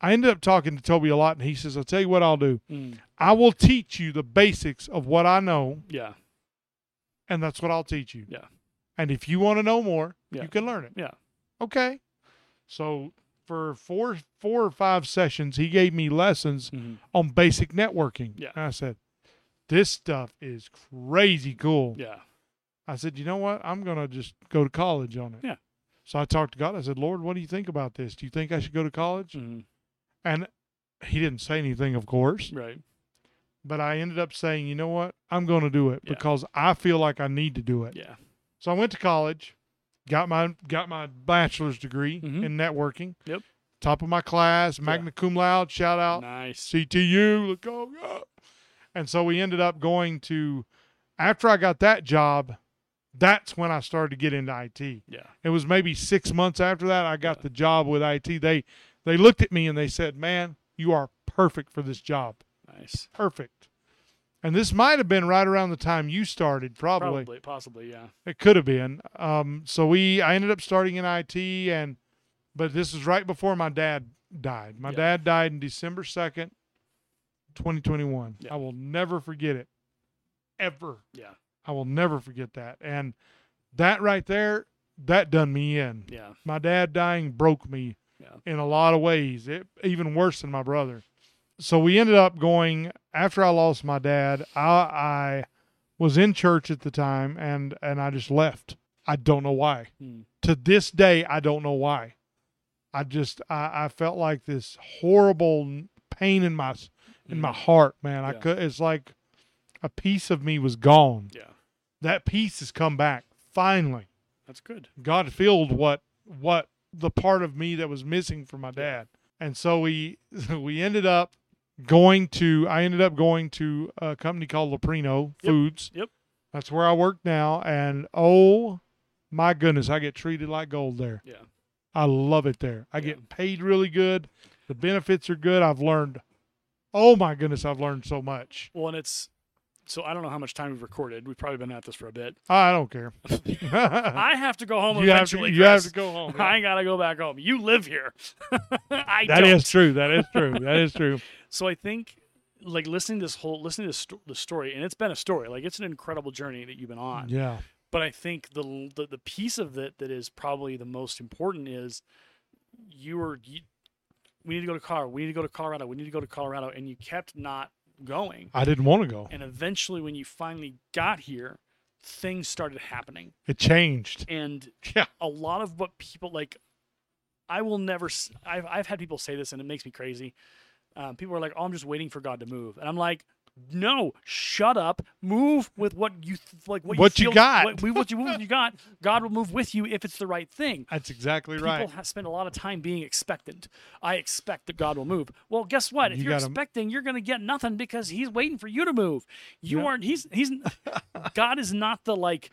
S1: i ended up talking to toby a lot and he says i'll tell you what i'll do
S2: Mm.
S1: i will teach you the basics of what i know
S2: Yeah.
S1: and that's what i'll teach you
S2: Yeah.
S1: and if you want to know more
S2: Yeah.
S1: you can learn it
S2: Yeah.
S1: okay so for four four or five sessions he gave me lessons
S2: Mhm.
S1: on basic networking.
S2: Yeah.
S1: And I said, This stuff is crazy cool.
S2: Yeah.
S1: I said, you know what? I'm gonna just go to college on it.
S2: Yeah.
S1: So I talked to God. I said, Lord, what do you think about this? Do you think I should go to college?
S2: Mhm.
S1: And he didn't say anything, of course.
S2: Right.
S1: But I ended up saying, you know what? I'm gonna do it
S2: Yeah.
S1: because I feel like I need to do it.
S2: Yeah.
S1: So I went to college, got my got my bachelor's degree
S2: Mhm.
S1: in networking.
S2: Yep.
S1: Top of my class, magna cum laude. Shout out
S2: Nice.
S1: CTU. Let's go. yeah. And so we ended up going to. After I got that job, that's when I started to get into IT.
S2: Yeah.
S1: It was maybe six months after that I got the job with IT. They they looked at me and they said, "Man, you are perfect for this job.
S2: Nice.
S1: Perfect." And this might have been right around the time you started, probably.
S2: Probably. Possibly. Yeah.
S1: It could have been. Um, so we, I ended up starting in IT, and but this was right before my dad died. My
S2: Yeah.
S1: dad died in December second, twenty twenty one.
S2: Yeah.
S1: I will never forget it, ever.
S2: Yeah.
S1: I will never forget that. And that right there, that done me in.
S2: Yeah.
S1: My dad dying broke me
S2: Yeah.
S1: in a lot of ways. It even worse than my brother. So we ended up going after I lost my dad. I, I was in church at the time, and and I just left. I don't know why.
S2: Hmm.
S1: To this day, I don't know why. I just I, I felt like this horrible pain in my s- in my heart, man. I
S2: Hmm. Yeah.
S1: could. It's like a piece of me was gone.
S2: Yeah.
S1: That piece has come back finally.
S2: That's good.
S1: God filled what what the part of me that was missing from my
S2: Yeah.
S1: dad. And so we [laughs] we ended up going to I ended up going to a company called Loprino
S2: Yep.
S1: Foods.
S2: Yep.
S1: That's where I work now and oh my goodness, I get treated like gold there.
S2: Yeah.
S1: I love it there. I
S2: Yeah.
S1: get paid really good. The benefits are good. I've learned Oh my goodness, I've learned so much.
S2: Well, and it's so I don't know how much time we've recorded. We've probably been at this for a bit.
S1: I don't
S2: [laughs]
S1: care. [laughs]
S2: I have to go home
S1: Uh-huh. you have to,
S2: eventually.
S1: you have to
S2: Chris.
S1: go home.
S2: I gotta go back home. You live here. [laughs] I
S1: That
S2: don't.
S1: is true. That is true. That is true.
S2: So I think, like listening to this whole listening to this, sto- this story, and it's been a story. Like it's an incredible journey that you've been on.
S1: Yeah.
S2: But I think the, l- the the piece of it that is probably the most important is you were you, we need to go to Colorado. We need to go to Colorado. We need to go to Colorado, and you kept not going.
S1: I didn't want to go.
S2: And eventually, when you finally got here, things started happening.
S1: It changed. [laughs]
S2: And
S1: Yeah.
S2: a lot of what people like i will never s- i've, I've had people say this and it makes me crazy um, people are like oh i'm just waiting for god to move and i'm like no shut up move with what you th- like what,
S1: What you
S2: feel-
S1: got.
S2: what, we- what you, what you got god will move with you if it's the right thing
S1: That's exactly
S2: People
S1: right.
S2: ha- spend a lot of time being expectant. I expect that God will move. Well, guess what? If
S1: You
S2: you are
S1: gotta-
S2: expecting, you're going to get nothing because He's waiting for you to move. You
S1: Yeah.
S2: aren't. He's He's
S1: [laughs]
S2: God is not the like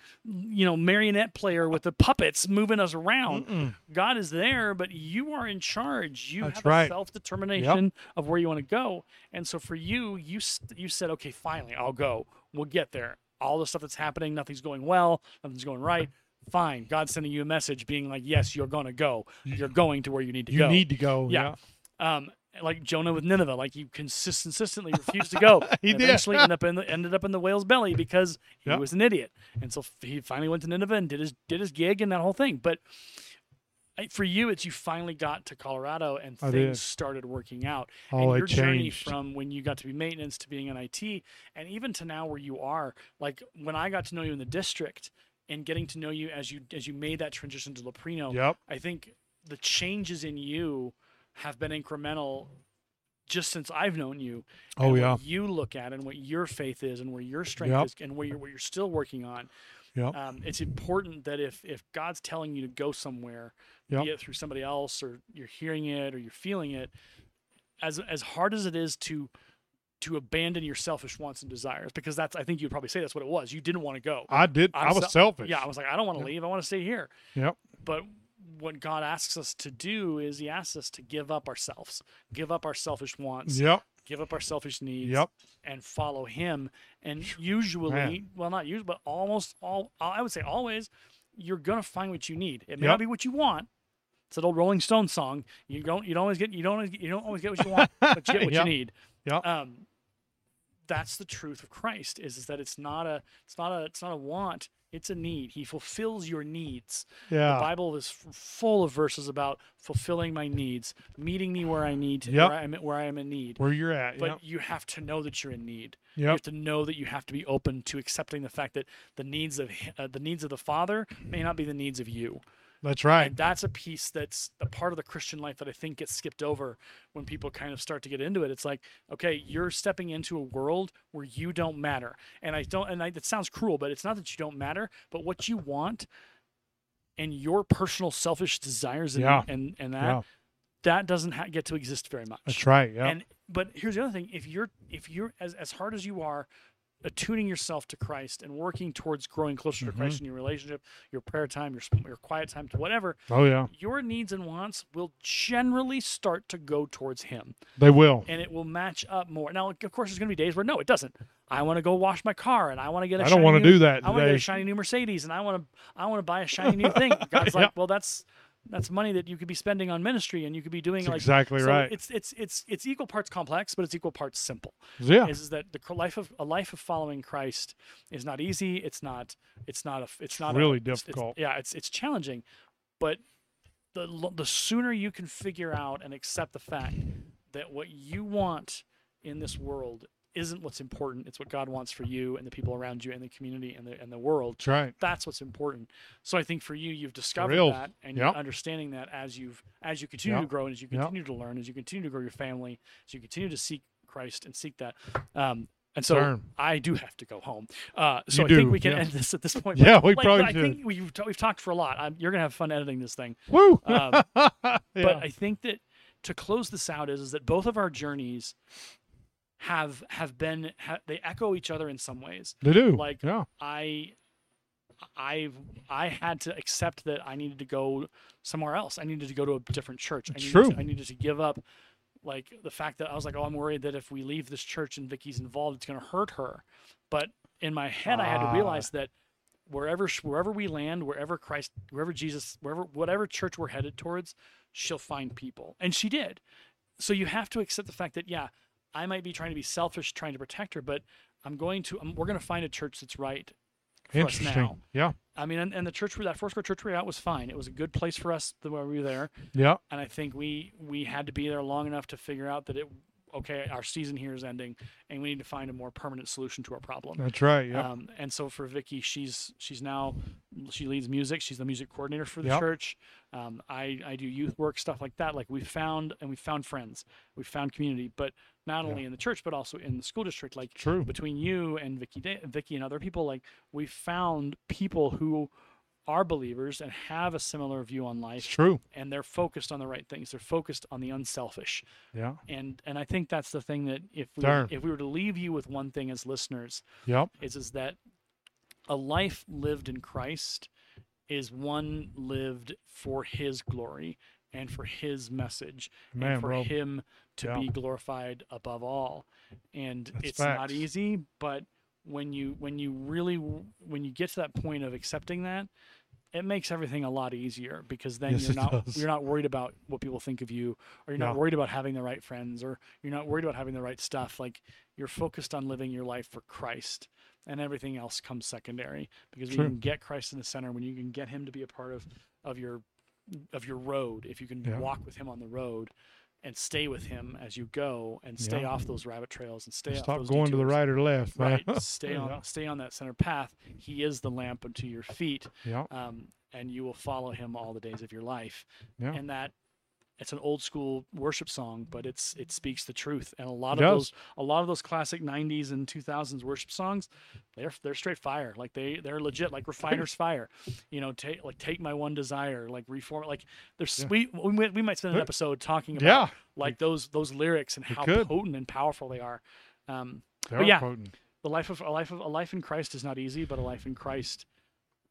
S2: you know marionette player with the puppets moving us around. God is there, but you are in charge. You
S1: That's
S2: have
S1: right.
S2: self determination of where you want to go. And so for you, you s- you said, okay, finally, I'll go. We'll get there. All the stuff that's happening, nothing's going well, nothing's going right. Fine. God's sending you a message being like, yes, you're going to go. You're going to where you need to
S1: You
S2: go.
S1: need to go. Oh, Yeah.
S2: Yeah. um, like Jonah with Nineveh, like you consist- consistently refused to go.
S1: [laughs] He
S2: and
S1: did.
S2: Eventually end up in
S1: [laughs]
S2: the, ended up in the whale's belly because he
S1: Yeah.
S2: was an idiot. And so f- he finally went to Nineveh and did his, did his gig and that whole thing. But I- for you, it's you finally got to Colorado and
S1: I did.
S2: things started working out.
S1: Oh,
S2: and
S1: it
S2: your journey
S1: changed.
S2: from when you got to be maintenance to being in IT and even to now where you are, like when I got to know you in the district and getting to know you as you as you made that transition to Loprino,
S1: Yep.
S2: I think the changes in you have been incremental just since I've known you.
S1: Oh,
S2: and what
S1: yeah.
S2: you look at and what your faith is and where your strength
S1: Yep.
S2: is and where you're, what you're still working on.
S1: Yep.
S2: Um, it's important that if if God's telling you to go somewhere,
S1: Yep.
S2: be it through somebody else or you're hearing it or you're feeling it, as as hard as it is to to abandon your selfish wants and desires, because that's I think you'd probably say that's what it was. You didn't want to go.
S1: I did.
S2: I'm
S1: i was
S2: sel-
S1: selfish.
S2: Yeah, I was like, I don't want to
S1: Yep.
S2: leave. I want to stay here
S1: Yep.
S2: but what God asks us to do is he asks us to give up ourselves, give up our selfish wants,
S1: Yep.
S2: give up our selfish needs,
S1: Yep.
S2: and follow him. And usually,
S1: man.
S2: well, not usually, but almost all, I would say always, you're going to find what you need. It may
S1: Yep.
S2: not be what you want. It's that old Rolling Stone song. You don't, you don't always get, you don't, always- you don't always get what you want, but you get what
S1: Yep.
S2: you need.
S1: Yep.
S2: Um, that's the truth of Christ is, is that it's not a, it's not a, it's not a want. It's a need. He fulfills your needs. The
S1: Yeah.
S2: Bible is f- full of verses about fulfilling my needs, meeting me where I need, to,
S1: Yep.
S2: where I'm where I am in need.
S1: Where you're at.
S2: But
S1: Yep.
S2: you have to know that you're in need. You
S1: Yep.
S2: have to know that you have to be open to accepting the fact that the needs of hi- uh, the needs of the Father may not be the needs of you.
S1: That's right.
S2: And that's a piece that's a part of the Christian life that I think gets skipped over when people kind of start to get into it. It's like, okay, you're stepping into a world where you don't matter. And I don't, and I, it sounds cruel, but it's not that you don't matter, but what you want and your personal selfish desires and,
S1: Yeah.
S2: and, and that,
S1: Yeah.
S2: that doesn't ha- get to exist very much.
S1: That's right. Yeah.
S2: And but here's the other thing: if you're if you're as as hard as you are, attuning yourself to Christ and working towards growing closer to
S1: Mm-hmm.
S2: Christ in your relationship, your prayer time, your sp- your quiet time, to whatever,
S1: Oh yeah.
S2: your needs and wants will generally start to go towards Him,
S1: They will.
S2: and it will match up more. Now, of course, there's going to be days where no, it doesn't. I want to go wash my car, and I want to get. I
S1: I don't want to do that
S2: I want to get
S1: today.
S2: a shiny new Mercedes, and I want to I want to buy a shiny
S1: [laughs]
S2: new thing. God's
S1: Yeah.
S2: like, well, that's that's money that you could be spending on ministry, and you could be doing
S1: That's
S2: like
S1: exactly
S2: so
S1: right.
S2: It's it's it's it's equal parts complex, but it's equal parts simple.
S1: Yeah.
S2: Is, is that the cr- life of a life of following Christ is not easy. It's not it's not a f- it's not a-
S1: really
S2: it's- it's-
S1: difficult.
S2: yeah, it's it's challenging, but the lo- the sooner you can figure out and accept the fact that what you want in this world isn't what's important. It's what God wants for you and the people around you and the community and the and the world
S1: That's right.
S2: that's what's important. So I think for you, you've discovered
S1: real.
S2: that and
S1: Yep.
S2: you're understanding that as you've as you continue
S1: Yep.
S2: to grow and as you
S1: Yep.
S2: continue to learn, as you continue to grow your family, as you continue to seek Christ and seek that. Um, and so [laughs]
S1: Turn.
S2: I do have to go home. Uh, so
S1: You
S2: I think
S1: do,
S2: we can
S1: yeah.
S2: end this at this point.
S1: Yeah,
S2: but,
S1: we
S2: like,
S1: probably
S2: I
S1: should.
S2: think we've, ta- we've talked for a lot. i you're gonna have fun editing this thing.
S1: Woo.
S2: Um,
S1: [laughs] yeah.
S2: But I think that to close this out is, is that both of our journeys have have been ha- they echo each other in some ways.
S1: they do.
S2: like,
S1: yeah.
S2: I I I had to accept that I needed to go somewhere else. I needed to go to a different church. I
S1: It's
S2: needed
S1: true.
S2: To, I needed to give up like the fact that I was like, "Oh, I'm worried that if we leave this church and Vicky's involved, it's going to hurt her." But in my head, I had to
S1: Ah.
S2: realize that wherever sh- wherever we land, wherever Christ, wherever Jesus, wherever whatever church we're headed towards, she'll find people. And she did. So you have to accept the fact that yeah, I might be trying to be selfish, trying to protect her, but I'm going to I'm, we're going to find a church that's right for us
S1: Interesting.
S2: now.
S1: Yeah.
S2: I mean, and, and the church we that Foursquare church we were at was fine. It was a good place for us the way we were there,
S1: Yeah.
S2: and I think we we had to be there long enough to figure out that it okay, our season here is ending, and we need to find a more permanent solution to our problem.
S1: That's right. Yeah.
S2: Um, and so for Vicky, she's she's now she leads music. She's the music coordinator for the
S1: Yep.
S2: church. Um, I I do youth work stuff like that. Like we found and we found friends, we found community, but not only in the church but also in the school district. Like
S1: True.
S2: between you and Vicky, Da- Vicky and other people, like we found people who are believers and have a similar view on
S1: It's
S2: life,
S1: true.
S2: and they're focused on the right things. They're focused on the unselfish
S1: Yeah.
S2: and and I think that's the thing that if we
S1: Darn.
S2: were, if we were to leave you with one thing as listeners
S1: Yep.
S2: is is that a life lived in Christ is one lived for His glory and for His message
S1: Man,
S2: and for
S1: bro.
S2: Him to
S1: Yeah.
S2: be glorified above all. And it's not
S1: facts.
S2: easy, but when you when you really when you get to that point of accepting that it makes everything a lot easier because then
S1: Yes,
S2: you're
S1: it
S2: not
S1: does.
S2: you're not worried about what people think of you or you're
S1: Yeah.
S2: not worried about having the right friends or you're not worried about having the right stuff like you're focused on living your life for Christ and everything else comes secondary because when
S1: True.
S2: you can get Christ in the center when you can get him to be a part of of your of your road if you can
S1: Yeah.
S2: walk with him on the road and stay with him as you go and stay
S1: Yeah.
S2: off those rabbit trails and stay off
S1: Stop
S2: those
S1: going to the
S2: detours.
S1: right or left, man. [laughs]
S2: [laughs] right stay on
S1: Yeah.
S2: stay on that center path he is the lamp unto your feet
S1: yeah.
S2: um, and you will follow him all the days of your life.
S1: Yeah.
S2: And that it's an old school worship song, but it's it speaks the truth. And a lot
S1: It
S2: of
S1: does.
S2: those a lot of those classic '90s and 2000s worship songs, they're they're straight fire. Like they they're legit.
S1: [laughs]
S2: Like Refiner's Fire, you know, take like take my one desire, like reform. Like there's
S1: Yeah.
S2: we, we might- we might spend an
S1: Look.
S2: episode talking about
S1: Yeah.
S2: like those those lyrics and how
S1: could.
S2: potent and powerful they are. Um,
S1: They're
S2: yeah.
S1: potent.
S2: the life of a life of a life in Christ is not easy, but a life in Christ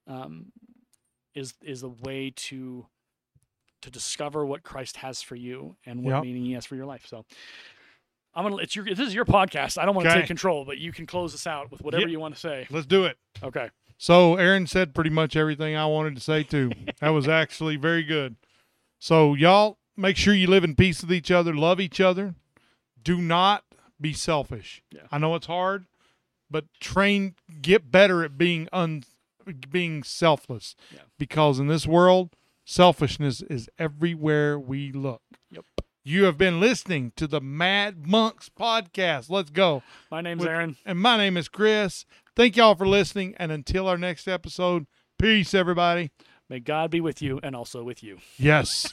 S2: um, is is a way to to discover what Christ has for you and what
S1: Yep.
S2: meaning He has for your life. So I'm gonna it's your this is your podcast. I don't want to
S1: Okay.
S2: take control, but you can close this out with whatever
S1: Yep.
S2: you want to say.
S1: Let's do it.
S2: Okay.
S1: So Aaron said pretty much everything I wanted to say too. that was actually very good. So y'all make sure you live in peace with each other, love each other. Do not be selfish.
S2: Yeah.
S1: I know it's hard, but train get better at being un being selfless
S2: Yeah.
S1: because in this world selfishness is everywhere we look
S2: Yep.
S1: you have been listening to the mad monks podcast let's go
S2: My name's
S1: With-
S2: Aaron.
S1: and my name is chris thank y'all for listening and until our next episode peace everybody
S2: May God be with you and also with you.
S1: yes